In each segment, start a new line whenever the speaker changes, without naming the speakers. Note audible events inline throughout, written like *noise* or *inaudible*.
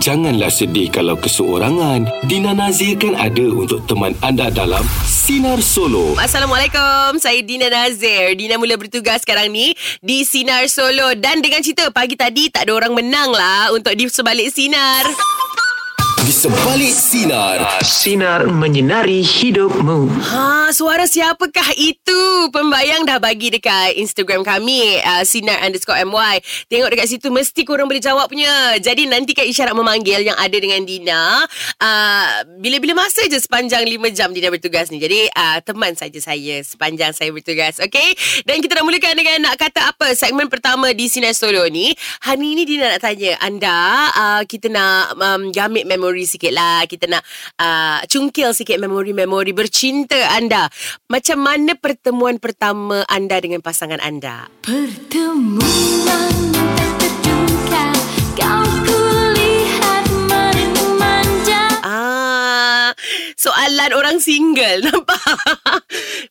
Janganlah sedih kalau keseorangan. Dina Nazir kan ada untuk teman anda dalam Sinar Solo.
Assalamualaikum. Saya Dina Nazir. Dina mula bertugas sekarang ni di Sinar Solo. Dan dengan cerita pagi tadi tak ada orang menang lah untuk di sebalik Sinar.
Di sebalik sinar.
Sinar menyinari hidupmu.
Ha, suara siapakah itu? Pembayang dah bagi dekat Instagram kami. Uh, Sinar underscore MY. Tengok dekat situ. Mesti korang boleh jawab punya. Jadi nantikan isyarat memanggil yang ada dengan Dina. Uh, bila-bila masa je sepanjang 5 jam Dina bertugas ni. Jadi uh, teman saja saya sepanjang saya bertugas. Okay? Dan kita dah mulakan dengan nak kata apa. Segmen pertama di Sinar Solo ni. Hari ni Dina nak tanya anda. Uh, kita nak um, gamit memori sikit lah. Kita nak uh, cungkil sikit memori-memori bercinta anda. Macam mana pertemuan pertama anda dengan pasangan anda?
Pertemuan tak terduga Kau kulihat manja
Ah, soalan orang single *laughs* nampak.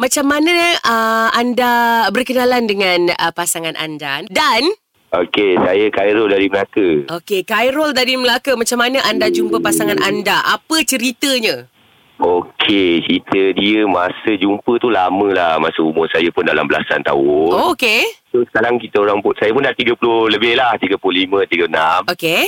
Macam mana uh, anda berkenalan dengan uh, pasangan anda? Dan
Okey, saya Khairul dari Melaka.
okey, Khairul dari Melaka, macam mana anda jumpa pasangan anda? Apa ceritanya?
Okey, cerita dia masa jumpa tu lama lah. Masa umur saya pun dalam belasan tahun. Oh.
Oh, okey.
So, sekarang kita orang pun, saya pun dah 30 lebih lah. 35, 36.
Okey.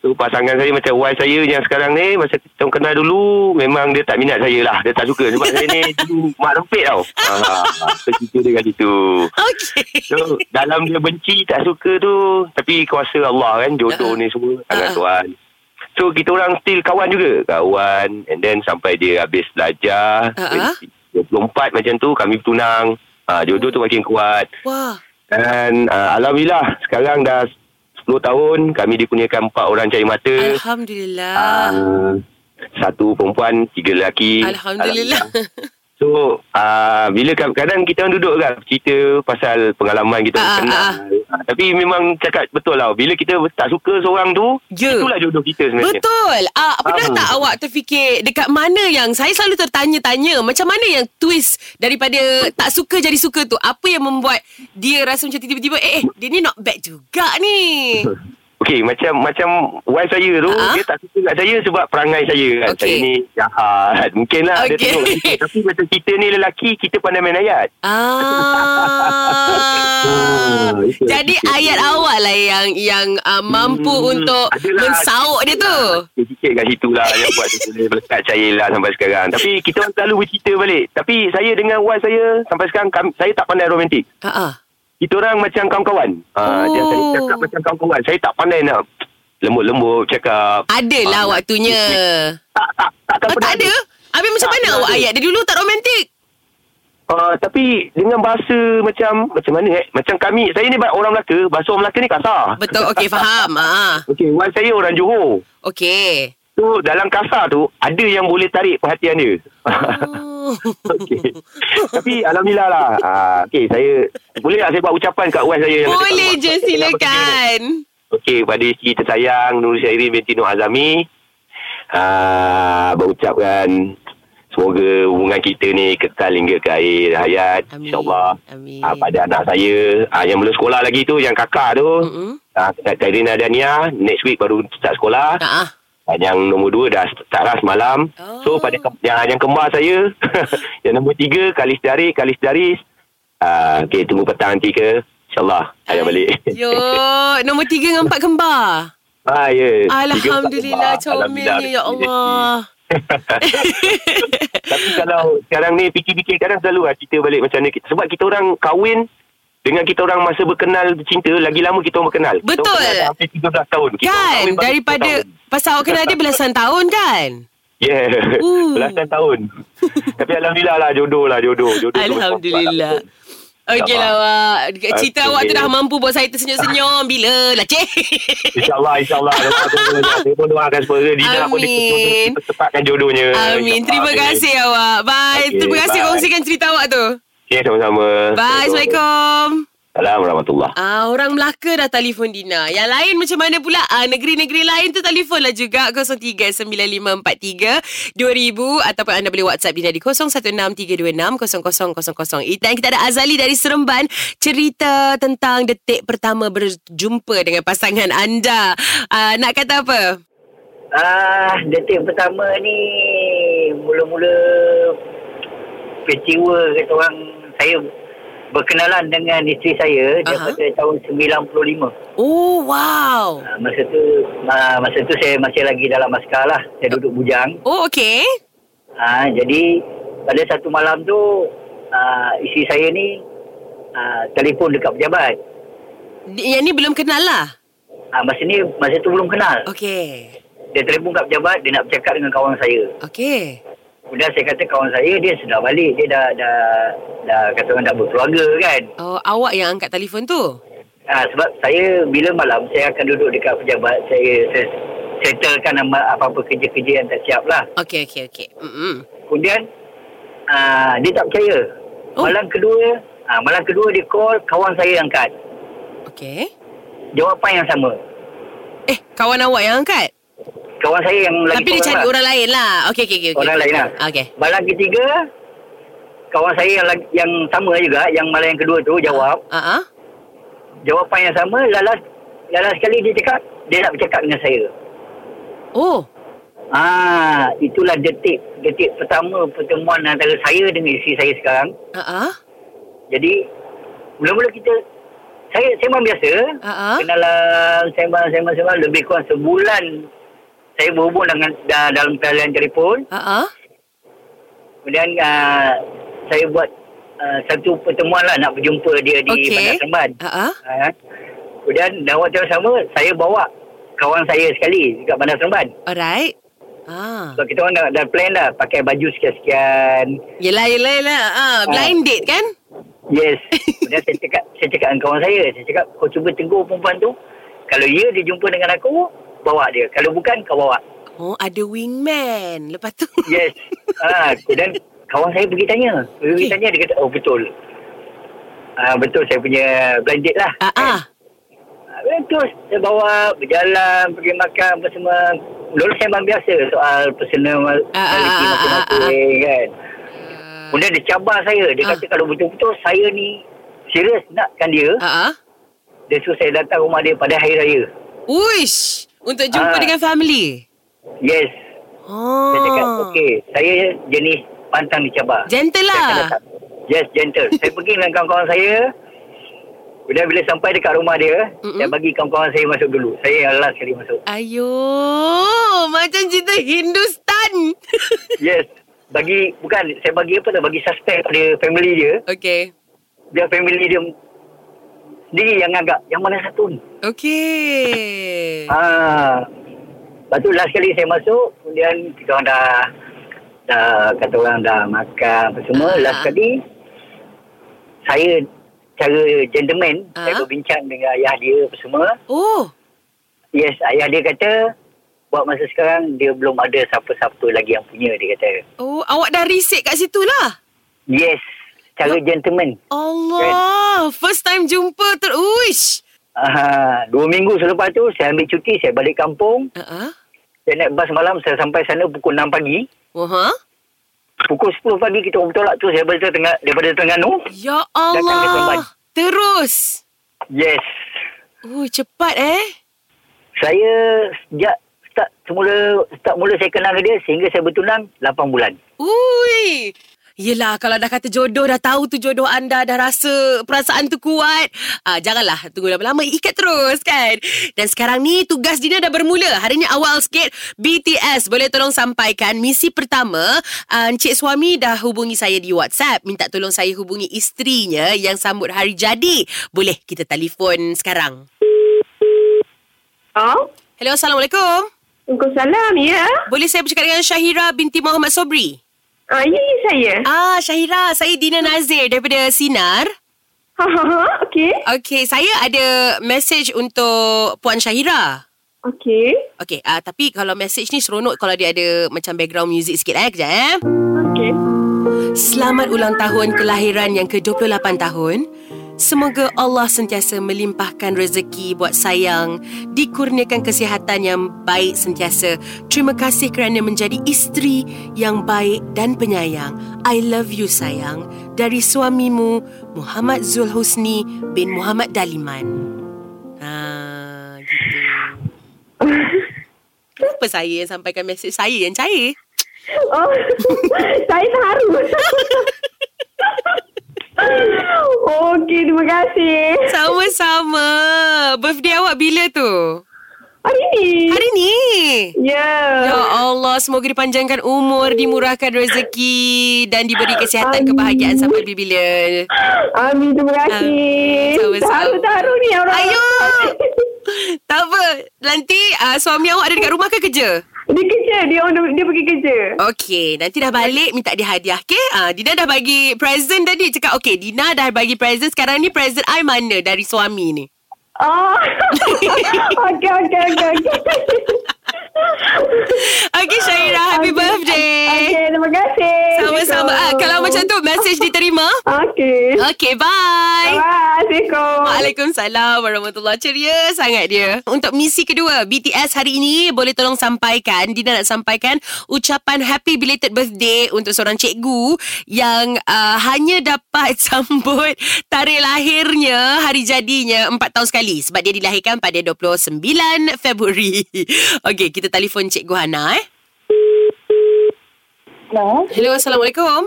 So, pasangan saya macam wife saya yang sekarang ni, masa kita orang kenal dulu, memang dia tak minat saya lah. Dia tak suka sebab saya ni dulu mak rempit tau. Ah, so, kita dengan situ.
Okey.
So, dalam dia benci, tak suka tu. Tapi kuasa Allah kan, jodoh
Ha-ha.
ni semua. Tangan
Ha-ha.
Tuhan. So, kita orang still kawan juga. Kawan. And then, sampai dia habis belajar.
Ha-ha.
24 macam tu, kami bertunang. Ha, jodoh tu makin kuat.
Wah.
Dan, uh, Alhamdulillah, sekarang dah 10 tahun. Kami dikurniakan 4 orang cari mata.
Eh. Alhamdulillah.
Ah, satu perempuan, tiga lelaki.
Alhamdulillah.
So, uh, bila kadang-kadang kita orang duduk kan cerita pasal pengalaman kita
Ah,
uh, kenal.
ah,
Uh, tapi memang cakap betul lah. Bila kita tak suka seorang tu,
Ya.
itulah jodoh kita sebenarnya.
Betul. Ah, pernah
Ah.
tak awak terfikir dekat mana yang saya selalu tertanya-tanya macam mana yang twist daripada tak suka jadi suka tu? Apa yang membuat dia rasa macam tiba-tiba eh, eh dia ni not bad juga *laughs* ni.
Okey, macam macam wife saya tu,
Ah.
dia tak suka kat saya sebab perangai saya kan.
Okey.
Saya ni jahat. Mungkinlah dia
Okey.
tengok. kita. Tapi macam kita ni lelaki, kita pandai main ayat.
Ah.
Ah, *laughs* itu.
jadi ayat awak lah yang yang uh, mampu
Hmm,
untuk
adalah.
mensauk dia tu.
Sikit kat situ lah yang buat saya boleh melekat saya lah sampai sekarang. Tapi kita orang selalu bercerita balik. Tapi saya dengan wife saya sampai sekarang kami, saya tak pandai romantik.
Ha ah.
Kita orang macam kawan-kawan. Ha, oh. dia, saya
Oh.
cakap macam kawan-kawan. Saya tak pandai nak lembut-lembut cakap.
Adalah
Ah,
waktunya.
Tak, tak, tak, tak,
Oh, tak ada. Habis macam
Tak
mana
pernah
awak
ada.
ayat dia dulu tak romantik?
Uh, tapi dengan bahasa macam macam mana eh? Macam kami, saya ni orang Melaka, bahasa orang Melaka ni kasar.
Betul. Okey, faham. Ah.
Okey, wife saya orang Johor.
Okey.
So dalam kasar tu ada yang boleh tarik perhatian dia.
Oh.
*laughs* Okey. Tapi alhamdulillah lah. Ah, okey, saya boleh tak saya buat ucapan kat wife saya Ya, yang
Boleh
dekat
je
rumah?
silakan.
Okey, pada isteri tersayang Nur Syairi binti Nur Azami ah, berucapkan semoga hubungan kita ni kekal hingga ke akhir hayat
Amin.
insya-Allah.
Amin.
Ah, pada anak saya ah, yang mula sekolah lagi tu yang kakak tu.
Mm-mm.
Ah, Kairina Dania next week baru start sekolah.
Ah. ah.
Dan yang nombor dua dah start lah semalam.
Oh.
Oh. So pada ke- yang, yang kembar saya, *laughs* yang nombor tiga, Kalis Daris, Kalis Daris. Uh, okay, tunggu petang nanti ke. InsyaAllah, saya balik.
Eh, Yo, nombor tiga dengan empat kembar.
*laughs* ah, yeah.
Alhamdulillah comelnya ya Allah.
*laughs* Tapi kalau sekarang ni fikir-fikir kadang selalu lah cerita balik macam ni. Sebab kita orang kahwin dengan kita orang masa berkenal bercinta, lagi lama kita orang berkenal. Kita
Betul.
orang kenal dah hampir 13 tahun. Kita orang kahwin
Kan
baru 10
daripada
tahun.
pasal awak kenal dia belasan tahun kan?
Yeah,
Ooh.
belasan
*laughs*
tahun. Tapi Alhamdulillah lah, jodoh lah, jodoh. jodoh tu
Alhamdulillah.
macam mana pun.
Okey lah awak. Dekat Cerita
Okey.
awak tu dah mampu buat saya tersenyum-senyum. Bila lah cik.
InsyaAllah, insyaAllah. Doa- doa- doa. Saya pun doakan semoga Dina pun
Amin.
dipercepatkan jodohnya.
Amin. Terima
InsyaAllah.
kasih awak. Bye.
ya Okey,
Terima kasih
bye.
kongsikan cerita awak tu.
Okay, sama-sama.
Bye. Assalamualaikum.
Assalamualaikum warahmatullahi
Ah, orang Melaka dah telefon Dina. Yang lain macam mana pula? Ah, negeri-negeri lain tu telefon lah juga 0395432000 ataupun anda boleh WhatsApp Dina di 0163260000. Itu Dan kita ada Azali dari Seremban cerita tentang detik pertama berjumpa dengan pasangan anda. Ah, nak kata apa?
Ah, detik pertama ni mula-mula kecewa kata orang saya berkenalan dengan isteri saya
Aha.
uh-huh. daripada tahun 95.
Oh, wow.
Ah, masa tu ah, masa tu saya masih lagi dalam askar lah. Saya duduk bujang.
Oh, okay.
Ah, jadi pada satu malam tu ah, isteri saya ni ah, telefon dekat pejabat.
Di- Yang ni belum kenal lah.
Ah, masa ni masa tu belum kenal.
Okay.
Dia telefon kat pejabat dia nak bercakap dengan kawan saya.
Okay.
Kemudian saya kata kawan saya dia sudah balik dia dah dah dah kata orang dah berkeluarga kan.
Oh, awak yang angkat telefon tu?
Ha, sebab saya bila malam saya akan duduk dekat pejabat saya, saya settlekan nama apa-apa kerja-kerja yang tak siap lah.
Okay, okay, okay. Mm-mm.
Kemudian ha, dia tak percaya.
Oh.
Oh. Malam kedua ha, malam kedua dia call kawan saya angkat.
Okay.
Jawapan yang sama.
Eh, kawan awak yang angkat?
Kawan saya yang lagi
Tapi dia cari orang lain lah. Okay, okay, okay. okay.
Orang lain lah.
Okay.
Malam ketiga kawan saya yang lagi- yang sama juga yang malam yang kedua tu jawab.
Ah, ah.
jawapan yang sama lalas lalas sekali dia cakap dia nak bercakap dengan saya
Oh,
ah itulah detik detik pertama pertemuan antara saya dengan isteri saya sekarang
ah, ah.
jadi mula-mula kita saya sembang biasa
Ah, ah.
kenalan sembang sembang sembang lebih kurang sebulan saya berhubung dengan dah, dalam talian telefon
Ah, ah.
kemudian ah, saya buat ah, satu pertemuan lah nak berjumpa dia di
Okay.
Bandar Seremban
Ah, ah.
Ha. Kemudian dalam waktu yang sama saya bawa kawan saya sekali dekat Bandar Seremban.
Alright. Ah.
So kita orang dah, dah plan dah pakai baju sekian-sekian.
Yelah, yelah, yelah. Ah, blind date kan?
Yes.
*laughs*
Kemudian saya cakap saya cakap dengan kawan saya, saya cakap kau cuba tegur perempuan tu. Kalau ya dia jumpa dengan aku, bawa dia. Kalau bukan kau bawa.
Oh, ada wingman. Lepas tu.
Yes. ha, kemudian kawan saya pergi tanya. Pergi
Okey.
tanya dia kata oh betul. Ah ha, betul saya punya blind date lah.
*laughs* Ah, ah.
Habis Terus dia bawa berjalan pergi makan apa semua. Dulu sembang biasa soal personal
Ah, ah,
maliki
ah, ah,
masing-masing kan. Kemudian dia cabar saya. Dia
Ah.
kata kalau betul-betul saya ni serius nakkan dia,
Ah, ah.
dia suruh saya datang rumah dia pada hari raya.
Uish. Untuk jumpa
Ah.
dengan family.
Yes.
Oh.
Saya cakap, okey, saya jenis pantang dicabar.
Gentle
Saya akan
lah.
datang. Yes, gentle. saya pergi dengan kawan-kawan saya. Kemudian bila sampai dekat rumah dia,
Mm-mm.
saya bagi kawan-kawan saya masuk dulu. Saya yang last sekali masuk.
Ayo, macam cerita Hindustan. *laughs*
Yes. Bagi bukan saya bagi apa tu bagi suspek pada family dia.
okay.
Dia family dia sendiri yang agak yang mana satu ni.
Okay.
Ah. Lepas tu last kali saya masuk kemudian kita orang dah dah kata orang dah makan apa semua
Ah.
last kali saya cara gentleman
Ah.
saya berbincang dengan ayah dia apa semua.
Oh.
Yes, ayah dia kata buat masa sekarang dia belum ada siapa-siapa lagi yang punya dia kata.
Oh, awak dah reset kat situ lah.
Yes, cara gentleman.
Allah. Eh. First time jumpa ter... Uish.
Ah, dua minggu selepas tu saya ambil cuti, saya balik kampung.
Ah, ah.
Saya naik bas malam, saya sampai sana pukul 6 pagi.
Oh, ha?
Pukul 10 pagi kita orang bertolak tu saya balik tengah, daripada Terengganu.
Ya
Datang ke Seremban.
Allah. Terus.
Yes.
Oh, cepat eh.
Saya sejak start semula start mula saya kenal dengan dia sehingga saya bertunang 8 bulan.
Ui. Yelah, kalau dah kata jodoh, dah tahu tu jodoh anda, dah rasa perasaan tu kuat. Ah, janganlah tunggu lama-lama, ikat terus kan. Dan sekarang ni tugas Dina dah bermula. Hari ni awal sikit, BTS boleh tolong sampaikan. Misi pertama, ah, Encik Suami dah hubungi saya di WhatsApp. Minta tolong saya hubungi isterinya yang sambut hari jadi. Boleh kita telefon sekarang.
Oh,
Hello, Assalamualaikum.
Waalaikumsalam, ya.
Boleh saya bercakap dengan Syahira binti Muhammad Sobri?
Ah, ya, ya saya.
Ah, Syahira, saya Dina Nazir daripada Sinar.
Ha, ha, ha, okey.
Okey, saya ada message untuk Puan Syahira.
Okey.
Okey, uh, tapi kalau message ni seronok kalau dia ada macam background music sikit eh. Kejap eh.
Okey.
Selamat ulang tahun kelahiran yang ke-28 tahun. Semoga Allah sentiasa melimpahkan rezeki buat sayang, dikurniakan kesihatan yang baik sentiasa. Terima kasih kerana menjadi isteri yang baik dan penyayang. I love you sayang dari suamimu Muhammad Zulhusni bin Muhammad Daliman. Ha, gitu. Kenapa saya yang sampaikan mesej saya yang cair?
Oh, *laughs* saya terharu. *laughs* Okey, terima kasih.
Sama-sama. Birthday awak bila tu?
Hari ni.
Hari ni.
Ya.
Ya Allah, semoga dipanjangkan umur, dimurahkan rezeki dan diberi kesihatan,
Amin.
kebahagiaan sampai bila-bila.
Amin, terima
Amin.
kasih.
Sama-sama.
Terharu-terharu ni orang.
Ah, Ayo. Tak apa. Nanti uh, suami awak ada dekat rumah ke kerja?
*laughs* Dia kerja, dia on, dia pergi kerja.
Okey, nanti dah balik minta dia hadiah, okey? Ah, Dina dah bagi present tadi. Cakap, okey, Dina dah bagi present. Sekarang ni present I mana dari suami ni?
Oh. *laughs* okey, okey, okey, okey.
*laughs* Okey, Syairah. Happy
Okey.
birthday.
Okey, terima kasih.
Sama-sama. Ah, kalau macam tu, message diterima.
Okey.
Okey, bye.
Bye. Assalamualaikum.
Waalaikumsalam warahmatullahi Ceria sangat dia. Untuk misi kedua, BTS hari ini boleh tolong sampaikan, Dina nak sampaikan ucapan happy belated birthday untuk seorang cikgu yang uh, hanya dapat *laughs* sambut tarikh lahirnya, hari jadinya 4 tahun sekali sebab dia dilahirkan pada 29 Februari. *laughs* Okey, kita telefon Cikgu Hana eh.
Hello.
Hello, Assalamualaikum.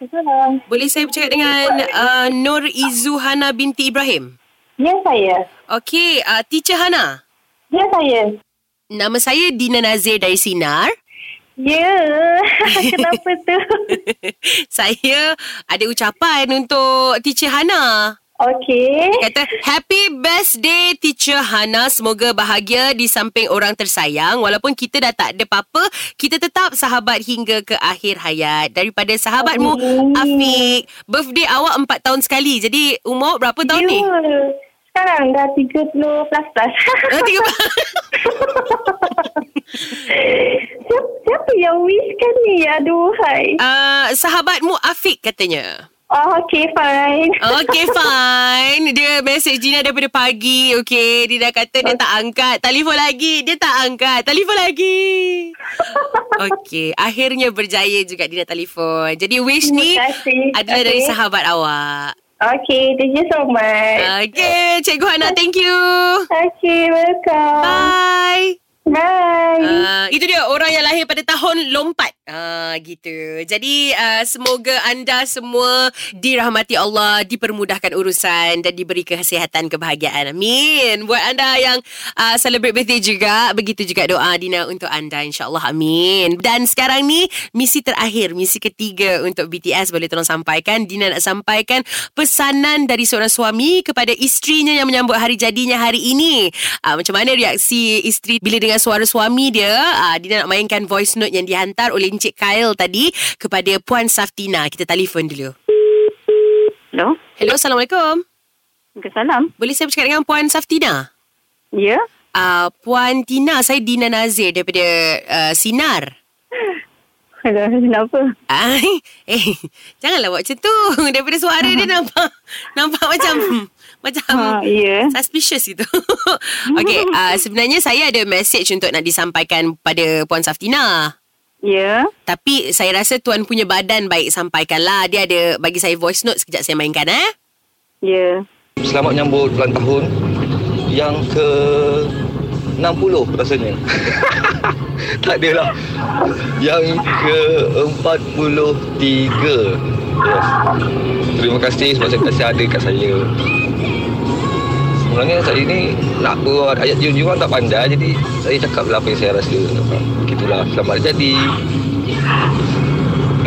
Assalamualaikum.
Boleh saya bercakap dengan uh, Nur Izu Hana binti Ibrahim?
Ya, saya.
Okey, uh, teacher Hana.
Ya, saya.
Nama saya Dina Nazir dari Sinar. *laughs*
Ya. *laughs* Kenapa tu?
saya ada ucapan untuk teacher Hana.
Okey.
Kata, happy birthday teacher Hana. Semoga bahagia di samping orang tersayang. Walaupun kita dah tak ada apa-apa, kita tetap sahabat hingga ke akhir hayat. Daripada sahabatmu,
Amin.
Afiq. Birthday awak empat tahun sekali. Jadi, umur berapa tahun
ya.
ni?
Sekarang dah 30 plus plus.
Oh, tiga
*laughs* siapa, siapa yang wishkan ni? Aduhai.
Uh, sahabatmu Afiq katanya.
Oh, okay, fine.
Okay
*laughs*
fine Dia message Gina daripada pagi Okay Dia dah kata dia tak angkat Telefon lagi Dia tak angkat Telefon lagi Okay Akhirnya berjaya juga Dina telefon Jadi wish ni
Terima kasih.
Adalah
Okay.
dari sahabat awak
Okay, thank you so much.
Okay Cikgu Hana thank you
Okay, welcome.
Bye
Bye.
Uh, itu dia orang yang lahir pada tahun lompat. Ah gitu. Jadi uh, semoga anda semua dirahmati Allah, dipermudahkan urusan dan diberi kesihatan kebahagiaan. Amin. Buat anda yang uh, celebrate birthday juga, begitu juga doa Dina untuk anda insya-Allah. Amin. Dan sekarang ni misi terakhir, misi ketiga untuk BTS boleh tolong sampaikan Dina nak sampaikan pesanan dari seorang suami kepada isterinya yang menyambut hari jadinya hari ini. Uh, macam mana reaksi isteri bila dengar suara suami dia? Uh, Dina nak mainkan voice note yang dihantar oleh Encik Kyle tadi kepada Puan Saftina. Kita telefon dulu.
Hello,
Hello, Assalamualaikum.
Waalaikumsalam.
Boleh saya bercakap dengan Puan Saftina?
Ya,
Uh, Puan Tina, saya Dina Nazir daripada uh, Sinar.
hello, *laughs* kenapa?
Ai, eh, janganlah buat macam tu. *laughs* Daripada suara dia nampak nampak macam
Ha,
macam
ya.
suspicious gitu. *laughs* Okey, uh, sebenarnya saya ada message untuk nak disampaikan pada Puan Saftina.
Ya,
Tapi saya rasa tuan punya badan baik sampaikanlah. Dia ada bagi saya voice note sekejap saya mainkan eh.
ya.
Selamat menyambut ulang tahun yang ke 60 rasanya. *laughs* tak ada lah. Yang ke 43. Yes. Terima kasih sebab saya kasih ada kat saya. Sebenarnya saya ni nak buat ayat junjungan tak pandai jadi saya cakap lah apa yang saya rasa. Begitulah selamat jadi.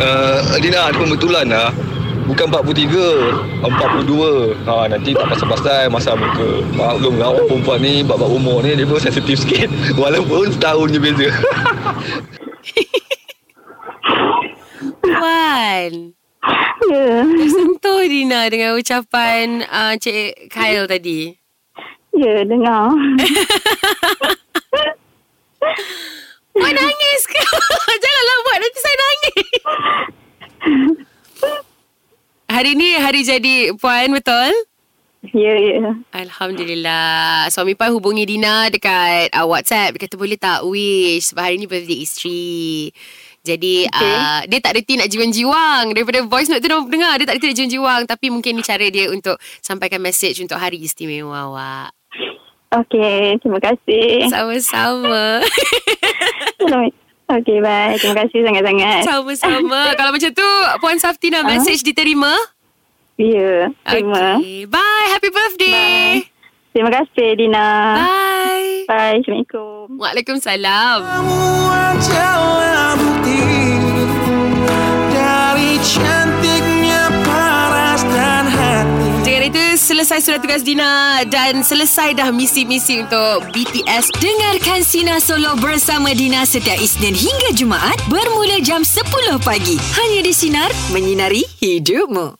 Uh, Dina, ada pembetulan lah. Bukan 43 42 ha, Nanti tak pasal-pasal Masa muka Maklum lah Orang perempuan ni Babak umur ni Dia pun sensitif sikit *laughs* Walaupun setahun je beza *laughs*
Puan.
Ya,
Tersentuh Dina dengan ucapan uh, Cik Kyle tadi.
ya,
*laughs*
dengar.
Puan nangis ke? *laughs* Janganlah buat nanti saya nangis. Hari ni hari jadi Puan betul?
Ya, ya.
Alhamdulillah. Suami Puan hubungi Dina dekat uh, WhatsApp. Dia kata boleh tak wish sebab hari ni birthday isteri. Jadi okay. uh, dia tak reti nak jiwang-jiwang. Daripada voice note tu dah dengar dia tak reti nak jiwang-jiwang. Tapi mungkin ni cara dia untuk sampaikan message untuk hari istimewa awak. Eh.
Okey, terima kasih.
Sama-sama. *laughs*
Okey, baik. Terima kasih sangat-sangat.
Sama-sama.
*laughs*
Kalau macam tu, Puan Saftina message diterima.
Ya, terima.
Okay. Bye. Happy birthday.
Terima kasih, Dina.
Bye. Bye.
Bye. Assalamualaikum.
Waalaikumsalam. Dengan itu selesai surat tugas Dina dan selesai dah misi-misi untuk BTS.
Dengarkan Sina Solo bersama Dina setiap Isnin hingga Jumaat bermula jam 10 pagi. Hanya di Sinar, menyinari hidupmu.